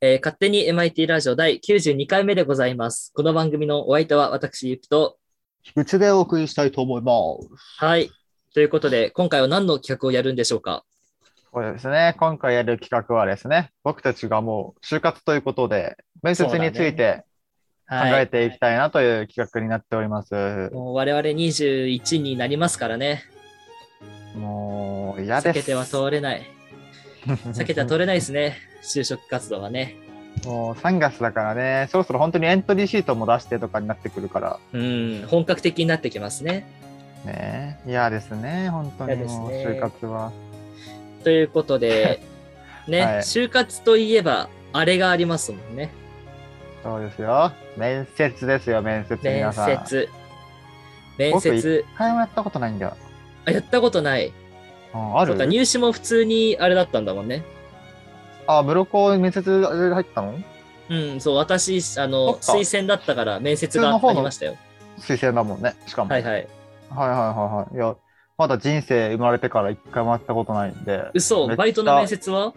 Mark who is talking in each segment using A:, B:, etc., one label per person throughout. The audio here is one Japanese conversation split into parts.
A: えー勝手に MIT ラジオ第92回目でございます。この番組のお相手は私、ゆきと。
B: うちでお送りしたいと思います。
A: はい。ということで、今回は何の企画をやるんでしょうか
B: そうですね。今回やる企画はですね、僕たちがもう就活ということで、面接について考
A: は
B: え
A: い。
B: ていきたいなという企画になっております。
A: もう我々21になりますからね。
B: もう嫌で
A: 避
B: す。
A: けては 通れない。避けては通れないですね。就職活動はね。
B: もう3月だからね、そろそろ本当にエントリーシートも出してとかになってくるから、
A: うん、本格的になってきますね。
B: ね、嫌ですね、本当に
A: 嫌です
B: もう
A: ね
B: 就活は。
A: ということ で、ね、
B: はい
A: 就活といえば、あれがありますもんね。
B: そうですよ。面接ですよ、面接
A: 面
B: 皆さん。
A: 接。面接。
B: 一回もやったことないんだよ。
A: あ、やったことない。
B: うんあ
A: そうか、
B: る
A: 入試も普通にあれだったんだもんね。
B: あ、ブロコ面接で入ったの
A: うん、そう、私、あ
B: そ
A: の、
B: っか
A: 推薦だったから面接があ
B: 普通の方
A: り
B: の
A: ましたよ。
B: 推薦だもんね。しかも。
A: はいはい。
B: はいはいはいはい。いや、まだ人生生まれてから一回も会ったことないんで、
A: 嘘
B: めっちゃ
A: バイトの面接は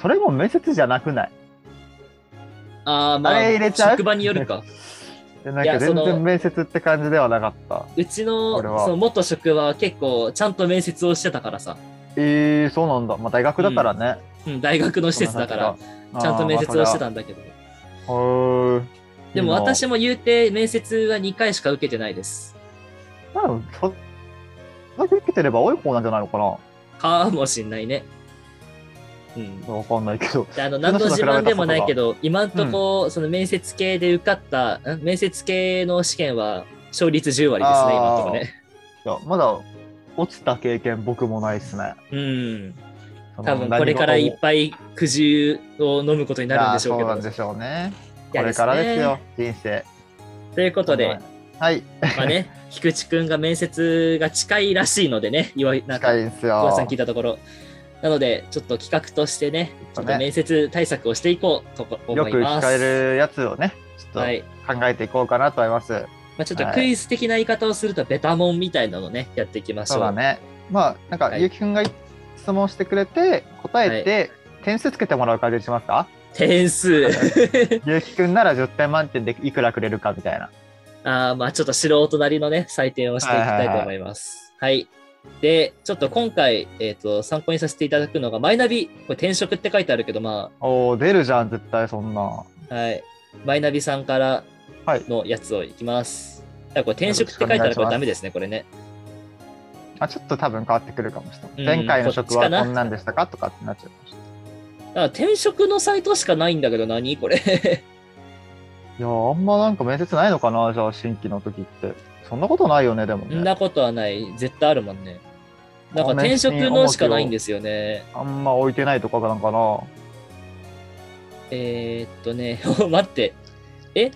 B: それも面接じゃなくない
A: ああ、ま
B: あ
A: あ、
B: れ入れちゃう
A: 職場による か。。
B: でなん
A: いや
B: か
A: そ
B: 全
A: の
B: 然面接って感じではなかった。
A: うち
B: こ
A: の
B: れは
A: その元職は結構ちゃんと面接をしてたからさ、
B: えー、そうなんだ。まあ、大学だからね。
A: うん、大学の施設だから
B: この、先が
A: ちゃんと面接をして。
B: あ
A: たんだけど。
B: ーまあそれはへー
A: でも
B: いいな
A: 私も言うて面接は2回しか受けてないです。
B: 多分そそれだけ受けてれば多い方なんじゃないのかな
A: かもしんないね。うん。
B: わかんないけど。
A: であの何の自慢でもないけど、今んと
B: うん
A: こ、その面接系で受かった、ん面接系の試験は勝率10割ですね、
B: あー
A: 今んとこね。
B: いやまだ落ちた経験僕もないっすね。
A: うん。
B: その
A: 多分これからい
B: 何事
A: っ
B: も
A: ぱい苦汁を飲むことになるんでしょうけ
B: いやそうなん
A: ど。
B: でしょうね。こ
A: 嫌
B: れから
A: ね
B: ですよ、人生。
A: ということで、。
B: はい、
A: まあ ね、菊池くんが面接が近いらしいのでね、岩井なんか
B: 近いんですよ。
A: 岩井さん聞いたところ。なので、ちょっと企画としてね、ちょっと面接対策をしていこうと
B: よ
A: 思い
B: く
A: ま
B: 聞
A: す。
B: かれるやつをね、ちょ
A: は
B: っ
A: い。
B: と考えていこうかなと思います。
A: まあ、ちょっとクイズ的な言い方をすると、ベタモンみたいなのね、やっていきましょ。
B: そううだね。まあ、なんか、
A: はい
B: ゆうきくんが質問してくれて、答えて、点数つけてもらう感じにしますか
A: 点数。
B: ゆうきくんなら10点満点でいくらくれるかみたいな。
A: あーまあちょっと素人なりのね、採点をしていきたいと思います。はいで、ちょっと今回、えっ、と、参考にさせていただくのが、マイナビ、これ転職って書いてあるけど、ま
B: おー、出るじゃん、絶対そんな。
A: あ、はい。マイナビさんから
B: はい
A: のやつをいきます。だからこれ転職って書いてあるからこれダメですね、これね。
B: まあ、ちょっと多分変わってくるかもしれ
A: うん
B: ない。前回の職は
A: こっちかな
B: こんなんでしたかとかってなっちゃうかもしれない。
A: だから転職のサイトしかないんだけど何、これ。
B: いや、あんまなんか面接ないのかな、じゃあ、新規の時って。そんなことないよね、でも
A: そん
B: ね。
A: なことはない。絶対あるもんね。なんか転職のしかないんですよね。
B: あんま置いてないとかなんかな。
A: えー、っとね、 待って。え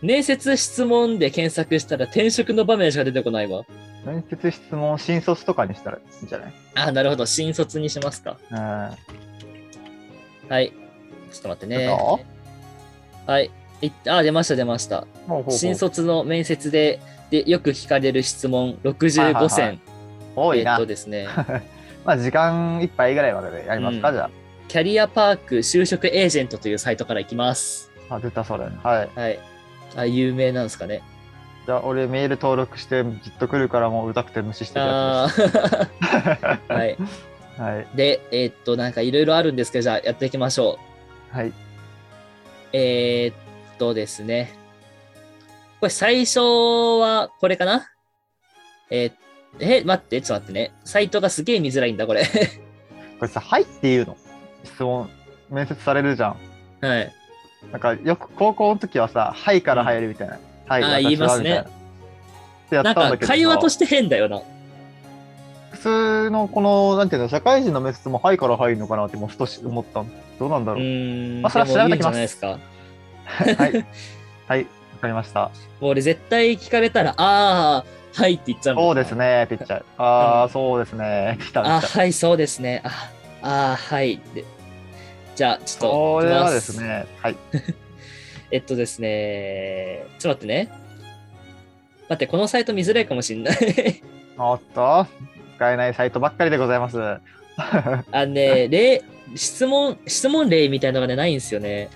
A: 面接質問で検索したら転職の場面しか出てこないわ。
B: 面接質問新卒とかにしたらいいんじゃない
A: あ、なるほど。新卒にしますか。
B: うん
A: はい。ちょっと待ってね
B: ど。
A: はい。いあ、出ました、出ました。
B: ほうほうほう
A: 新卒の面接で、で、よく聞かれる質問65
B: はい
A: 選。
B: 多い
A: えーっ
B: な
A: と。です ね、
B: まあ時間いっぱいぐらいまででやりますか、
A: うん
B: じゃ
A: キャリアパーク就職エージェントというサイトからいきます。
B: あ。あ、出たそれ。はい。
A: はい。あ、有名なんですか ね。
B: じゃあ俺メール登録してじっと来るからもううざくて無視してるや
A: あー
B: つです。
A: はい。
B: はい。
A: で、えーっと、なんかいろいろあるんですけど、じゃあやっていきましょう。
B: はい。
A: えーっとですね。これ最初はこれかなえーえ、待って、ちょっと待ってね。サイトがすげえ見づらいんだ、 これ。
B: これさ、はいっていうの質問、面接されるじゃん。
A: はい。
B: なんかよく高校の時はさ、はいから入るみたいな。はい、
A: あー
B: 私は
A: 言いますね
B: みたなってやった
A: なん
B: んだ
A: か
B: けどさ
A: 会話として変だよな。
B: 普通のこの、なんていうの、社会人の面接も、はいから入るのかなって、もう少し思ったのどうなんだ
A: う
B: ろう。
A: ーん。
B: まあそれは
A: でも
B: 調
A: い
B: べ
A: いん
B: て
A: じ
B: き
A: ゃ
B: ます
A: ないですか。も
B: はい。はい、わかりました。
A: う俺絶対聞かれたら、ああ、はいって言っちゃうもん
B: そうです。ね、って言っちゃう。ああ、そうですね、来た、
A: あ
B: 来た。
A: はい、そうですね。ああ、はいって。じゃあ、ちょ
B: そ
A: っと行
B: れ
A: きま
B: は
A: す。
B: ですね、はい。
A: えっとですね。ちょっと待ってね。待って、このサイト見づらいかもしんない。
B: おっと、使えないサイトばっかりでございます。
A: あのね、例、質問、質問例みたいのがね、ないんですよね。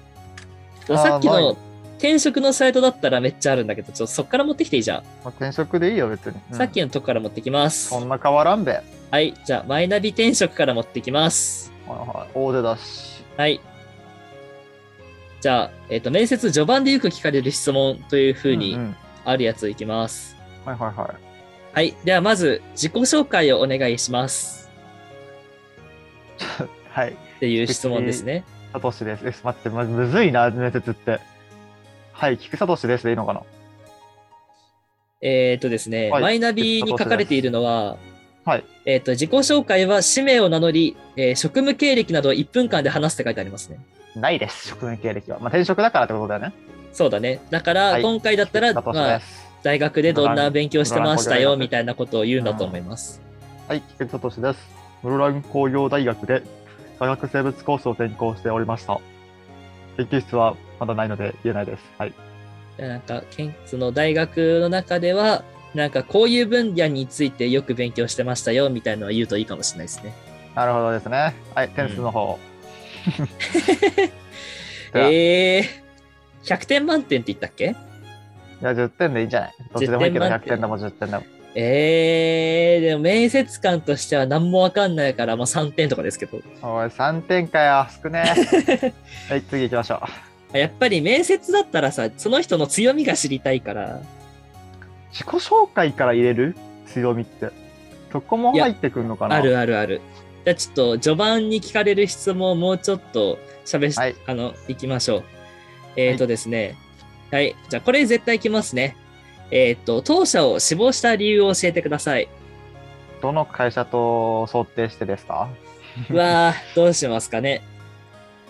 B: あー
A: さっき
B: ない
A: の転職のサイトだったらめっちゃあるんだけど、ちょっとそっから持ってきていいじゃん。
B: まあ、転職でいいよ、別に。うん
A: さっきのとこから持ってきます
B: そ。んな変わらんべ。はい
A: はい、じゃあ、マイナビ転職から持ってきます。
B: はい大手だし。
A: はい。じゃあ、えっ、と、面接序盤でよく聞かれる質問というふう
B: う
A: に
B: んうん
A: あるやついきます。
B: はいはいはい。
A: はい。では、まず、自己紹介をお願いします。
B: はい。
A: っていう質問ですね。
B: サトシです。え、待って、まむずいな、面接って。はい、菊サトシですでいいのかな
A: えっ、とですね、
B: はい
A: マイナビに書かれているのは、
B: はい。
A: えっ、と、自己紹介は氏名を名乗り、えー職務経歴などを1分間で話すって書いてありますね。
B: ないです、職務経歴は。まあ、転職だからってことだよね。
A: そうだね。だから、
B: はい
A: 今回だったら、
B: サトシ
A: ま
B: で
A: あ、
B: す。
A: 大学でどんな勉強してました
B: ブラ
A: よ、
B: ンコ
A: みたいなことを言うんだと思います。
B: はい、菊サトシです。室蘭工業大学で化学生物コースを専攻しておりました。研究室はまだないので言えないです。はい。
A: なんか、けんその大学の中では、なんかこういう分野についてよく勉強してましたよみたいなのは言うといいかもしれないですね。
B: なるほどですね。はい、点数の方。では
A: えー、100点満点って言ったっけ
B: いや、10点でいいんじゃないどっちでもいいけど、
A: 10
B: 100
A: 点
B: 点でも10点でも。
A: えー、でも面接官としては何もわかんないから、まあ3点とかですけど。
B: おい、3点かよ。少ね え。はい、次行きましょう。
A: やっぱり面接だったらさ、その人の強みが知りたいから、
B: 自己紹介から入れる強みって。そこも入ってくるのかな
A: あるあるある。じゃあちょっと序盤に聞かれる質問をもうちょっとしゃべし、
B: はい
A: あの、いきましょう。えっ、とですね、はい、じゃあこれ絶対いきますね。えっ、と、当社を死亡した理由を教えてくださ い。
B: どの会社と想定してですか
A: うわー、どうしますかね。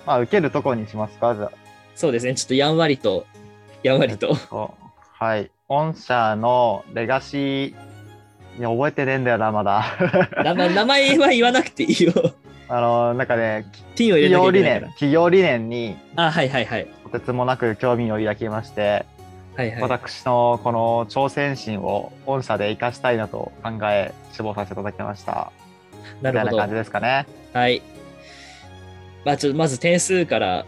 B: まあ、受けるとこにしますかじゃあ。
A: そうですね、ちょっとやんわりと、やんわり と。
B: そうはい。御社のレガシー、いや、覚えてねえんだよな、まだ。
A: 名前名前は言わなくていいよ。
B: あの、なんかね、
A: ピンを入れ
B: 企
A: なきゃ
B: 業
A: いけ
B: 理
A: ない
B: 念
A: か、
B: 企業理念に
A: ら。あ、はいはいはい。
B: とてつもなく興味を抱きまして、
A: はいはい。
B: 私のこの挑戦心を御社で生かしたいなと考え、志望させていただきました。
A: な
B: みた
A: る
B: い
A: ほ
B: な
A: ど
B: 感。じですかね。
A: はい。まあ、ちょっとまず点数 から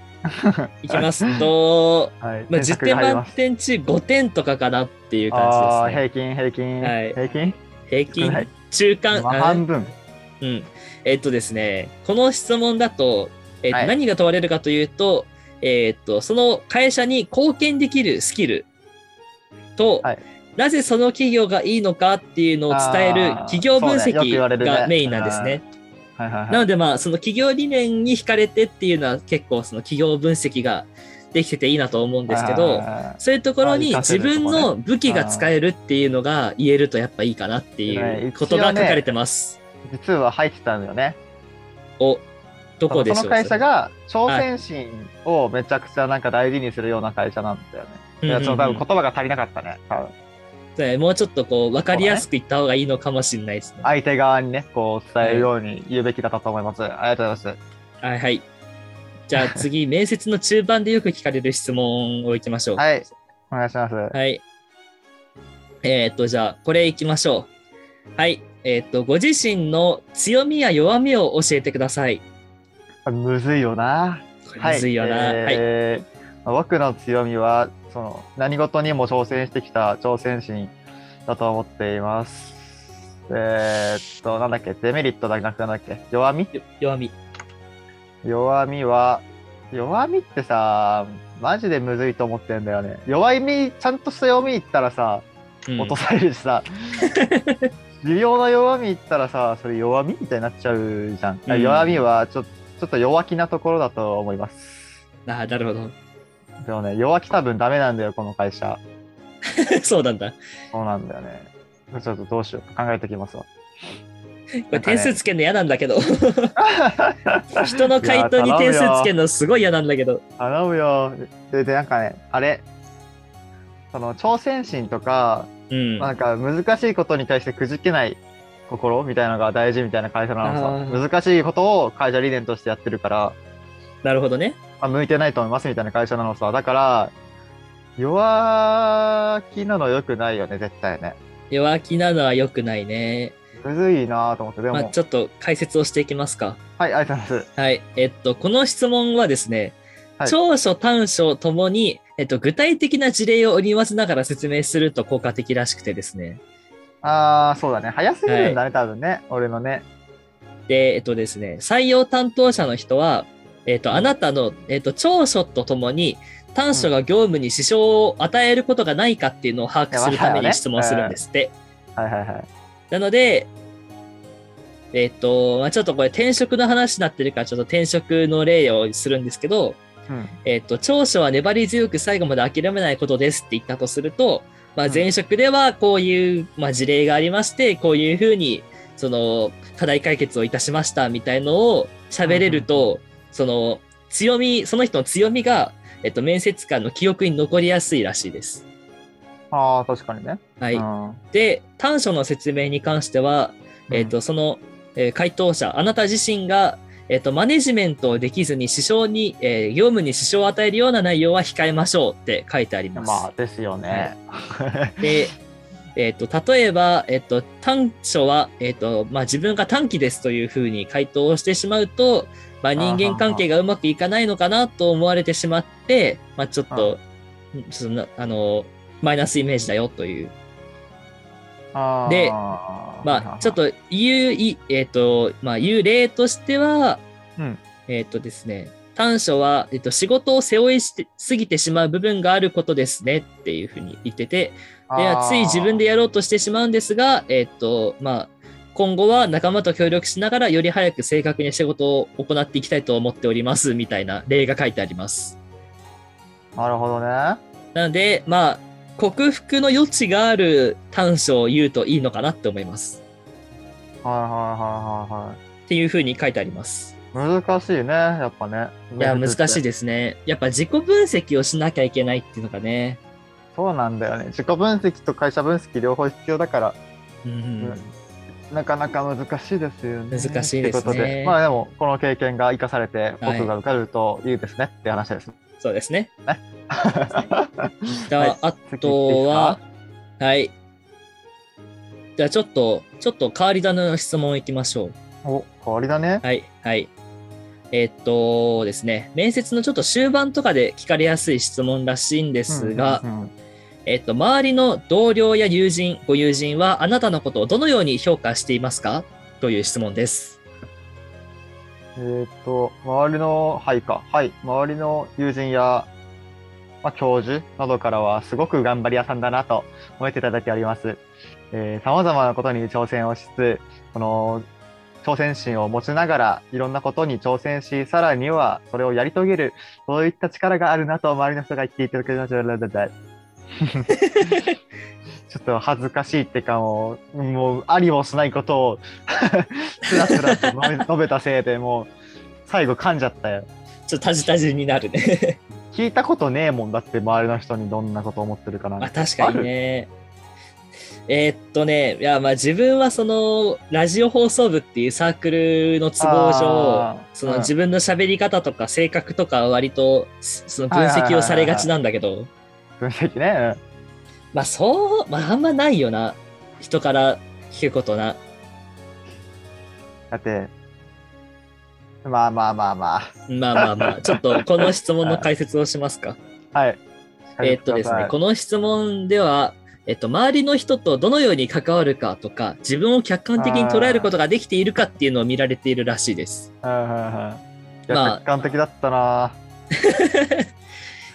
A: いきますと、
B: はい。
A: まあ、
B: 添
A: 10
B: 削
A: 点
B: が入
A: 満
B: ります。
A: 点中5点とかかなっていう
B: あ
A: 感
B: あ、
A: じですね。
B: 平均、平均、
A: はい
B: 平均
A: 平
B: 少な
A: 均
B: い、
A: 中間、
B: まあ
A: あ
B: 半分。
A: うん。えっとですね、この質問だと、えっと
B: はい
A: 何が問われるかというと、えっと、その会社に貢献できるスキルと、
B: はい
A: なぜその企業がいいのかっていうのを伝える
B: あー
A: 企業分
B: そうねよく言われ
A: 析
B: るね
A: がメインなんですね。
B: はいはい
A: な
B: はい。
A: のでまあその企業理念に惹かれてっていうのは結構その企業分析ができてていいなと思うんですけ
B: はい
A: ど
B: はい、はい
A: そういうところに
B: あ活かせ
A: 自
B: るとこね
A: 分の武器が使えるっていうのが言えるとやっぱいいかなっていうことが書かれてます。
B: 実は入ってたんだよね。
A: お、どこでしょう
B: その会社が挑戦心をめちゃくちゃなんか大事にするような会社なんだよね。
A: うんうんうん
B: いや、ちょっと多分言葉が足りなかったね。多分
A: ねもうちょっとこう分かりやすく言った方がいいのかもしれないですね。
B: 相手側にね、こう伝えるように言うべきだったと思います。ありがとうございます。
A: はいはい。じゃあ次、面接の中盤でよく聞かれる質問をいきましょう。
B: はい。お願いします。
A: はい。えーっと、じゃあ、これいきましょう。はい。えーっと、ご自身の強みや弱みを教えてください。
B: むずいよな。
A: これむずいよな。はい。
B: えー僕の強みは、その、何事にも挑戦してきた挑戦心だと思っています。えーっと、なんだっけ、デメリットだけなくなんだっけ、弱み
A: よ弱み。
B: 弱みは、弱みってさ、マジでむずいと思ってんだよね。弱み、ちゃんとした弱み言ったらさ、
A: うん
B: 落とされるしさ、 微妙な弱み言ったらさ、それ弱みみたいになっちゃうじゃん。
A: うん
B: 弱みはちょ、ちょっと弱気なところだと思います。
A: ああ、なるほど。
B: でもね、弱気多分ダメなんだよ、この会社。
A: そうなんだ。
B: そうなんだよね。ちょっとどうしようか考えてきますわ。
A: これ点数つけるの嫌なんだけ ど。人の回答
B: い
A: に
B: や
A: 点数
B: 頼むよ
A: つけるのすごい嫌なんだけど。
B: 頼むよ。で、でなんかね、あれ、その挑戦心とか、
A: うん。
B: なんか難しいことに対してくじけない心みたいなのが大事みたいな会社な
A: あ
B: の
A: ー
B: さ難しいことを会社理念としてやってるから、
A: なるほどね。
B: あ、向いてないと思いますみたいな会社なのさだから弱気なの良くないよね絶対ね
A: 弱気なのは良くないね。
B: むずいなと思って、でも、
A: まあ、ちょっと解説をしていきますか。
B: はい、ありがとうございます。
A: はい。えっと、この質問はですね、
B: はい
A: 長所、短所ともに、えっと、具体的な事例を織り交ぜながら説明すると効果的らしくてですね。
B: ああ、そうだね。早すぎるんだね、多分ね。俺のね。
A: で、えっとですね、採用担当者の人は、えっと、あなたの、えっと、長所とともに、短所が業務に支障を与えることがないかっていうのを把握するため
B: いや
A: に質問するんですって。
B: はいはいはい。
A: なので、えっと、まあ、ちょっとこれ転職の話になってるから、ちょっと転職の例をするんですけど、
B: うん。
A: えっと、長所は粘り強く最後まで諦めないことですって言ったとすると、まあ、前職ではこういう、まあ、事例がありまして、こういうふうに、その、課題解決をいたしましたみたいのを喋れると、その、強み、その人の強みが、えっと、面接官の記憶に残りやすいらしいです。
B: ああ、確かにね。
A: は
B: う
A: い。
B: ん。
A: で、短所の説明に関しては、えっ、と、その、えー回答者、あなた自身が、えっ、と、マネジメントをできずに支障に、えー業務に支障を与えるような内容は控えましょうって書いてあり
B: うん
A: ます。
B: まあ、ですよね。
A: で、えっ、と、例えば、えっ、と、短所は、えっ、と、まあ、自分が短期ですというふうに回答をしてしまうと、まあ、人間関係がうまくいかないのかなと思われてしまって、まあ、ちょっと、そんな、あの、マイナスイメージだよという
B: あー
A: で
B: は
A: まあ、
B: い
A: ちょっ、と言う、いえっ、と、まあ、言う例としては、
B: うん
A: えっ、とですね、短所は、えっと仕事を背負いして過ぎてしまう部分があることですねっていうふうに言ってて、
B: あー
A: でつい自分でやろうとしてしまうんですが、えっ、と、まあ、今後は仲間と協力しながらより早く正確に仕事を行っていきたいと思っておりますみたいな例が書いてあります。
B: なるほどね。
A: なので、まあ、克服の余地がある短所を言うといいのかなって思います。
B: はいはいはいはいはい。
A: っていうふうに書いてあります。
B: 難しいね、やっぱね。
A: いや、難しい
B: で。
A: ですね。やっぱ自己分析をしなきゃいけないっていうのがね。
B: そうなんだよね。自己分析と会社分析両方必要だから、
A: うんうん、
B: なかなか難しいですよね。
A: 難しいですね
B: ってことで、まあでも、この経験が生かされて、僕が受かるといいですねって話です。
A: そうです ね。じゃあ、
B: は
A: あとは、はい。じゃあちょっと、ちょっと変わり種の質問いきましょう。
B: お、変わりだね。
A: はい、はい。えっとですね、面接のちょっと終盤とかで聞かれやすい質問らしいんですが、
B: うんうんうん
A: えっと、周りの同僚や友人、ご友人はあなたのことをどのように評価していますかという質問です。
B: えーっと、周りの、はいか、はい、周りの友人や、まあ、教授などからは、すごく頑張り屋さんだなと思っていただいております。えー、様々なことに挑戦をしつつ、この、挑戦心を持ちながら、いろんなことに挑戦し、さらには、それをやり遂げる、そういった力があるなと、周りの人が言っていただけました。ちょっと恥ずかしいってかもう、もうありもしないことを つらつらと述べ述べたせいでもう最後噛んじゃったよ。
A: ちょっとタジタジになるね。
B: 聞いたことねえもんだって周りの人にどんなこと思ってるかな
A: まあ
B: んて。
A: 確かにね。えーっとね、いやまあ自分はそのラジオ放送部っていうサークルの都合上、
B: あー
A: そうの
B: ん
A: 自分の喋り方とか性格とかは割とすその分析をされがちなんだけど、
B: 分析ね。
A: まあそう、まああんまないよな。人から聞くことな。
B: うんだって、まあまあまあま
A: まあまあまあ、ちょっとこの質問の解説をしますか。
B: あ。はい。
A: えーっとですね、この質問では、えっと、周りの人とどのように関わるかとか、自分を客観的に捉えることができているかっていうのを見られているらしいです。
B: うんうんうんいや
A: まあ
B: 客観的だったな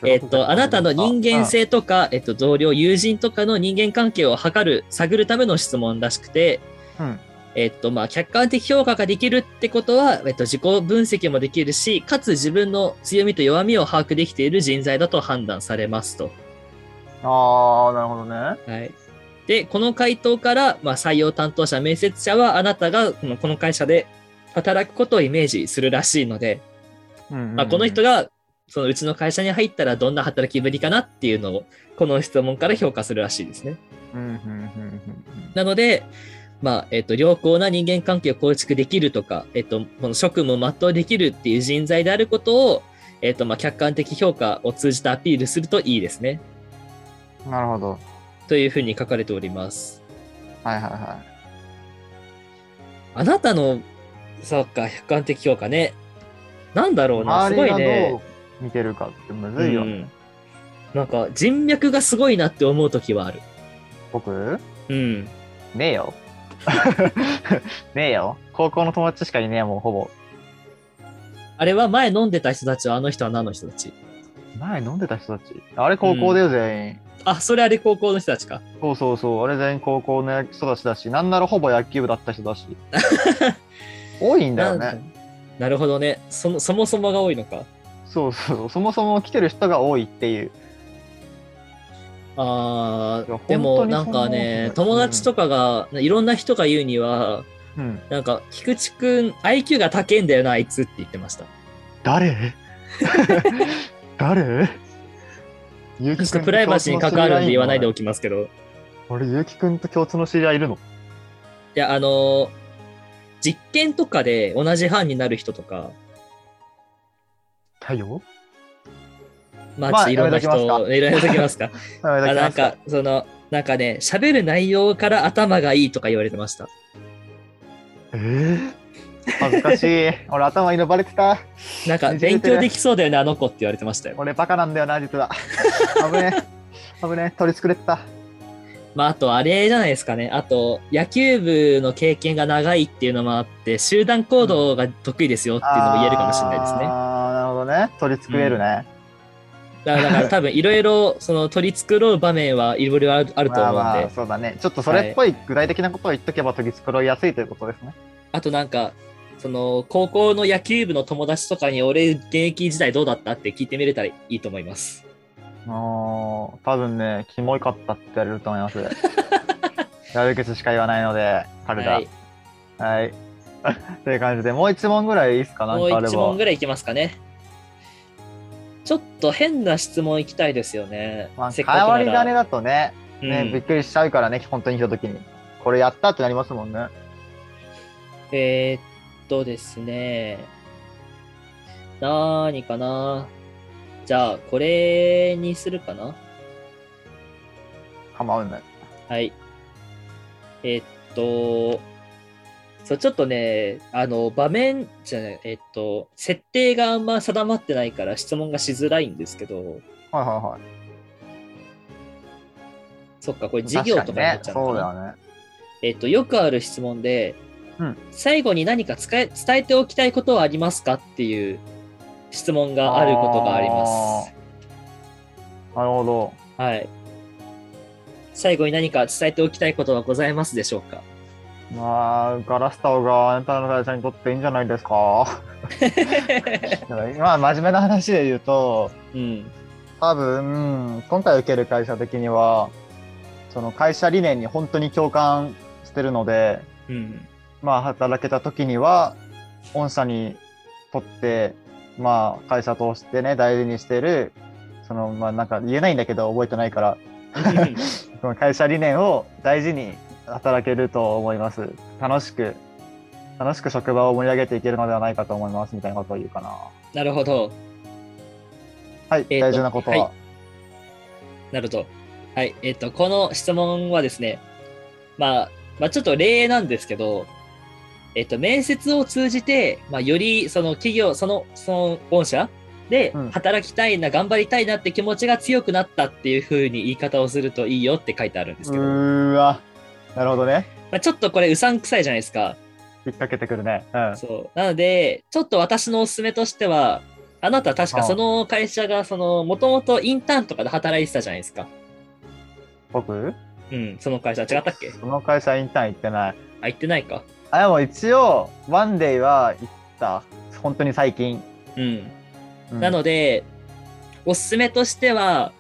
A: えっと、あなたの人間
B: うん
A: 性とか、えっと、同僚、友人とかの人間関係を測る、探るための質問らしくて、
B: うん
A: えっと、まあ、客観的評価ができるってことは、えっと、自己分析もできるし、かつ自分の強みと弱みを把握できている人材だと判断されますと。
B: ああ、なるほどね。
A: はい。で、この回答から、まあ、採用担当者、面接者は、あなたがこのこの会社で働くことをイメージするらしいので、まあ、この人
B: が。
A: が、そのうちの会社に入ったらどんな働きぶりかなっていうのを、この質問から評価するらしいですね。
B: うんうんうんうん
A: なので、まあ、えっと、良好な人間関係を構築できるとか、えっと、この職務を全うできるっていう人材であることを、えっと、まあ、客観的評価を通じてアピールするといいですね。
B: うんなるほど。
A: というふうに書かれております。
B: はいはいはい。
A: あなたの、そっか、客観的評価ね。なんだろうな、す
B: 周
A: ご
B: り
A: い
B: がど
A: ね
B: う。見てるかってむずいよ、
A: う
B: ね
A: んなんか、人脈がすごいなって思う時はある。
B: 僕
A: うん。
B: ねえよ ねえよ高校の友達しかいねえもんほぼ
A: あれは前飲んでた人たちは、あの人は何の人たち
B: 前飲んでた人たちあれ高校だよ全員、
A: あ、それあれ高校の人たちか。
B: そうそうそうあれ全員高校の人たちだしなんならほぼ野球部だった 人だし多いんだよ
A: なん
B: ね
A: かなるほどね。そのそもそもが多いのか。
B: そうそうそもそも来てる人が多いっていう
A: あ
B: いや
A: ーでも
B: 本当に
A: なんかね、
B: そんなこと
A: 友
B: ない
A: 達とかが、いろんな人が言うには、
B: うん
A: なんか、菊池くん、IQ が高いんだよな、あいつって言ってました。
B: 誰 誰ゆう
A: ちょっとプライバシーに関わるんで言わないでおきますけど、い
B: 俺ゆうきくんと共通の知り合いいるの
A: や、あのー実験とかで同じ班になる人とか、
B: 太陽
A: まあ、ち
B: ま
A: ょ
B: あ
A: っといろんな人、
B: やめときま
A: い
B: す
A: ろいろやめときますか。
B: あ
A: あなんか、その、なんかね、喋る内容から頭がいいとか言われてました。
B: えー、恥ずかしい俺頭にのばれてた
A: なんか、
B: ねじれ
A: 勉
B: てる
A: 強できそうだよね、あの子って言われてましたよ。
B: 俺バカなんだよな実は危ねえ危ねえ取り繕った
A: まあ、あと、あれじゃないですかね。あと、野球部の経験が長いっていうのもあって、集団行動が得意ですよっていうのも言えるかもしれないですね。
B: ああなるほどね取り繕えるね、
A: だからだから多分、いろいろ、その、取り繕う場面はいろいろあるあると
B: ま
A: 思う
B: あ
A: んで、
B: まあそうだねちょっとそれっぽい具体的なことを言っとけば取り繕いやすいということですね
A: あとなんか、その、高校の野球部の友達とかに、俺、現役時代どうだったって聞いてみれたらいいと思います。
B: あー多分ねキモいかったって言われると思い ますやる口しか言わないので彼ら
A: は
B: はいい、。 という感じでもう一問ぐらいいいっすかなん
A: も
B: か
A: う
B: あれば
A: 一問ぐらいいきますかね。ちょっと変な質問いきたいですよね。
B: まあ、
A: せっ
B: 変
A: かくなら
B: わり種だとねね、
A: うん
B: びっくりしちゃうからね、本当に来た時に。これやったってなりますもんね。
A: えーっとですね。なーにかな。じゃあ、これにするかな。
B: 構わない。
A: はい。えーっと、そう、ちょっとね、あの、場面じゃない、えーっと、設定があんま定まってないから質問がしづらいんですけど、
B: はいは
A: そっか、こ
B: い
A: れ
B: はい。
A: 授業とかになっ
B: 確
A: ちゃう
B: かに
A: の
B: ね。そ
A: か
B: う
A: な
B: だよね。
A: えっと、よくある質問で、
B: うん
A: 最後に何か使え伝えておきたいことはありますかっていう質問があることがあります。
B: なるほど。
A: はい。最後に何か伝えておきたいことはございますでしょうか
B: まあ、ガラスタオがあなたの会社にとっていいんじゃないで すか。まあ、真面目な話で言うと、
A: うん。
B: 多分、今回受ける会社的には、その会社理念に本当に共感してるので、
A: うん。
B: まあ、働けた時には御社にとって、まあ、会社としてね大事にしてるそのまあなんか言えないんだけど覚えてないからその会社理念を大事に働けると思います楽しく楽しく職場を盛り上げていけるのではないかと思いますみたいなことを言うかな
A: なるほど。
B: はい、
A: えーと
B: 大事なことは、
A: はいなるほど。はい。えっと、この質問はですね、まあ、まあ、ちょっと例なんですけど、えっと、面接を通じて、まあ、よりその企業、その、その御社で
B: うん
A: 働きたいな、頑張りたいなって気持ちが強くなったっていう風に言い方をするといいよって書いてあるんで
B: う
A: すけど、ま
B: ーわなるほどね
A: あ、ちょっとこれうさんくさいじゃないですか。
B: 引っ掛けてくるねうん
A: そう。なので、ちょっと私のおすすめとしては、あなた確かその会社が、その、もともとインターンとかで働いてたじゃないですか。
B: 僕
A: うん、その会社。違ったっけ
B: その会社インターン行ってない
A: あ、言ってないか。
B: あでも一応ワンデイは行った本当に最近、
A: うん。
B: うん
A: なので、おすすめとしては、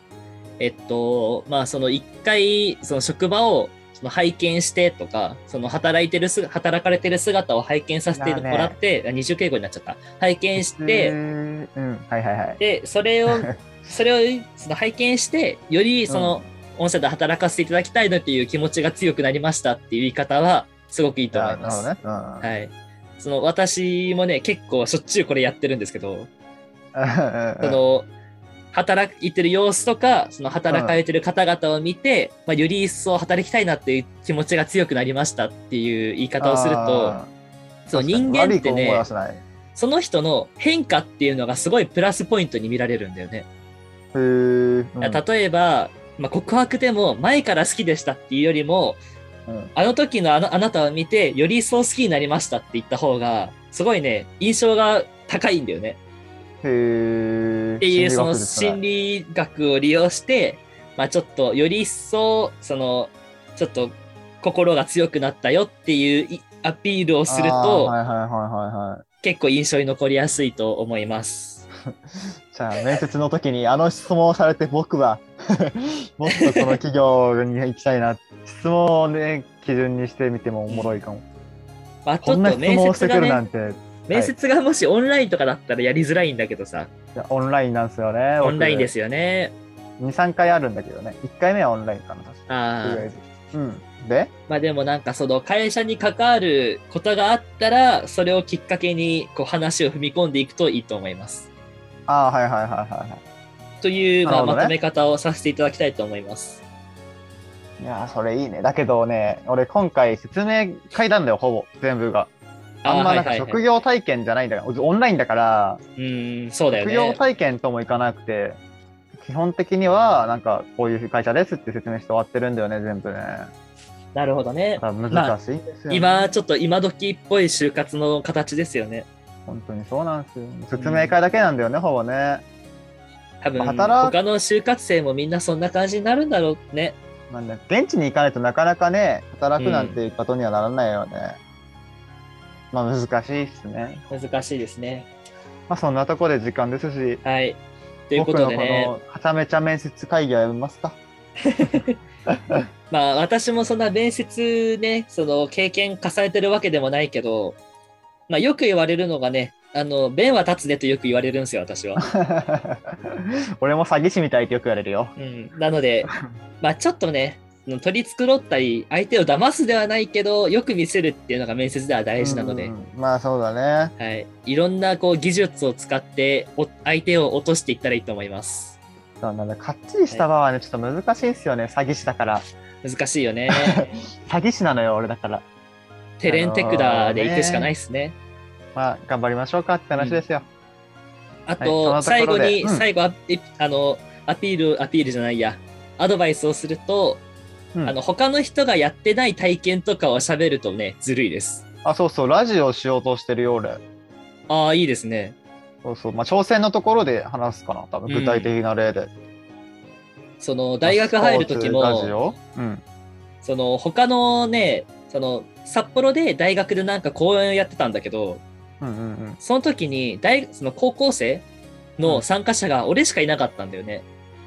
A: えっと、まあ、その一回、その職場をその拝見してとか、その働いてるす、働かれてる姿を拝見させてもらって、あ二重敬語になっちゃった。拝見し
B: う
A: て、
B: んはいはいはい
A: で、それ を、それを、その拝見して、よりその、御社で働かせていただきたいなっていう気持ちが強くなりましたっていう言い方は、すごくいいと思
B: ないる
A: ま
B: ほ
A: す。
B: どね、うん
A: はい。その、私もね、結構しょっちゅうこれやってるんですけど、そ
B: うん
A: の、働いてる様子とか、その働かれてる方々を見て、まあ、より一層働きたいなっていう気持ちが強くなりましたっていう言い方をすると、
B: あ
A: そう
B: 確かに
A: 人間ってね
B: 悪い子を思いはしない。へ
A: その人の変化っていうのがすごいプラスポイントに見られるんだよね。
B: ーうん
A: 例えば、まあ、告白でも前から好きでしたっていうよりも、
B: うん
A: あの時のあのあなたを見て、より一層好きになりましたって言った方が、すごいね、印象が高いんだよね。
B: へえ。
A: っていうその
B: 心
A: 心
B: 理
A: 理学を利用して、まあ、ちょっとより一層そのちょっと心が強くなったよっていういアピールを
B: を
A: すると
B: はいはいはいはいはい。
A: 結構印象に残りやすいと思います。
B: じゃあ面接の時にあの質問をされて僕は もっとこの企業に行きたいな質問をね基準にしてみてもおもろいかも、
A: まあ、ち
B: こ
A: ょ
B: ん
A: っ
B: な
A: と
B: 質問を
A: 面
B: して
A: 接
B: く
A: が
B: るな
A: ね
B: んて、
A: 面接がもしオンラインとかだったらやりづらいんだけどさ
B: いやオンラインなんですよね
A: オンラインですすよね。
B: 23回あるんだけどね1回目はオンラインかな確かと
A: あ
B: りあえ
A: ー
B: ずうんで
A: まあでもなんかその会社に関わることがあったらそれをきっかけにこう話を踏み込んでいくといいと思います。
B: ああはいはいはいはいは
A: という、まあ
B: なるほど
A: ま
B: ね
A: とめ方をさせていただきたいと思います。
B: いいやーそれいいねだけどね俺今回説明書いたんだよほぼ全部があんまなんか職業体験じゃないんだから、オンラインだから
A: うーん、そうだよ
B: 副業
A: ね。
B: 体験ともいかなくて、基本的には、なんか、こういう会社ですって説明して終わってるんだよね、全部ね。
A: なるほどね
B: だ。から難しいんですよ、ね
A: 今、ちょっと今時っぽい就活の形ですよね。
B: 本当にそうなんですよ。説明会だけなんだよね、ほぼね。
A: 多分、
B: 働く
A: 他の就活生もみんなそんな感じになるんだろうね。
B: まあね、現地に行かないとなかなかね、働くなんていうことにはならないよね。まあ難しいっすね。
A: 難しいですね。
B: まあそんなとこで時間ですし、
A: はい。ということでね、
B: 僕のこのはちゃめちゃ面接会議はやめますか
A: まあ私もそんな面接ね、その経験重ねてるわけでもないけど、まあよく言われるのがね、あの、弁は立つねとよく言われるんですよ、私は。
B: 俺も詐欺師みたいってよく言われるよ。
A: うん、なの で、まあ、ちょっとね、取り繕ったり、相手を騙すではないけど、よく見せるっていうのが面接では大事なので、
B: うんまあそうだね。
A: はい、いろんなこう技術を使ってお相手を落としていったらいいと思います。
B: そうなんだかっちりした場はね、ちょっと難しいですよね、詐欺師だから。
A: 難しいよ ね。
B: 詐欺師なのよ、俺だから。
A: テレンテクダーで行くしかないですね。
B: まあ、頑張りましょうかって話ですよ。
A: あ
B: そ
A: と、
B: のところ
A: 最
B: で
A: 後に、
B: うん
A: 最後アピあの、アピール、アピールじゃないや、アドバイスをすると、
B: うん
A: あの他の人がやってない体験とかを喋るとね、ずるいです。
B: あ、そうそう、ラジオしようとしてるよ、俺。
A: ああ、いいですね。
B: そうそう、まあ、挑戦のところで話すかな、多分具体的な例で。
A: その大学入る
B: と
A: 時
B: き
A: も、
B: ラジオうん。
A: その他のね、その札幌で大学でなんか講演をやってたんだけど、
B: うんうんうん。
A: その時に大その高校生
B: う
A: の
B: ん
A: 参加者が俺しかいなかったんだよね。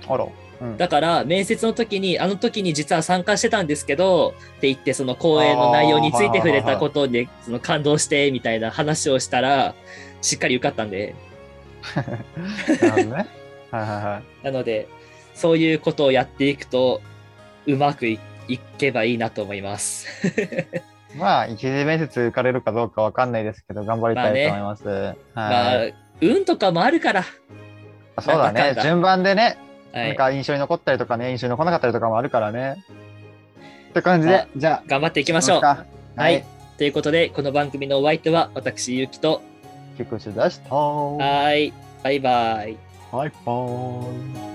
B: あら。うん、
A: だから面接の時に、あの時に実は参加してたんですけど、って言ってその講演の内容について触れたことで、その感動してみたいな話をしたら、しっかり受かったんで、
B: なるほ どね。はいはいはい。
A: なので、そういうことをやっていくと、うまくいいけばいいなと思います。
B: まあ、一次面接受かれるかどうかわかんないですけど、頑張りたいと思います。はい、
A: まあ、運とかもあるから、
B: そうだ
A: なんだか
B: ね
A: ん。だ
B: 順番でね、
A: は
B: なん
A: い、
B: か印象に残ったりとかね、印象に残らなかったりとかもあるからね。って感じで
A: あ、
B: じゃあ、
A: 頑張っていきま
B: ま
A: しょう。
B: は
A: はい
B: い。
A: ということで、この番組のお相手は私、ゆうきと、
B: 菊池でした。バイ
A: はーい、バイバイ。
B: バイ。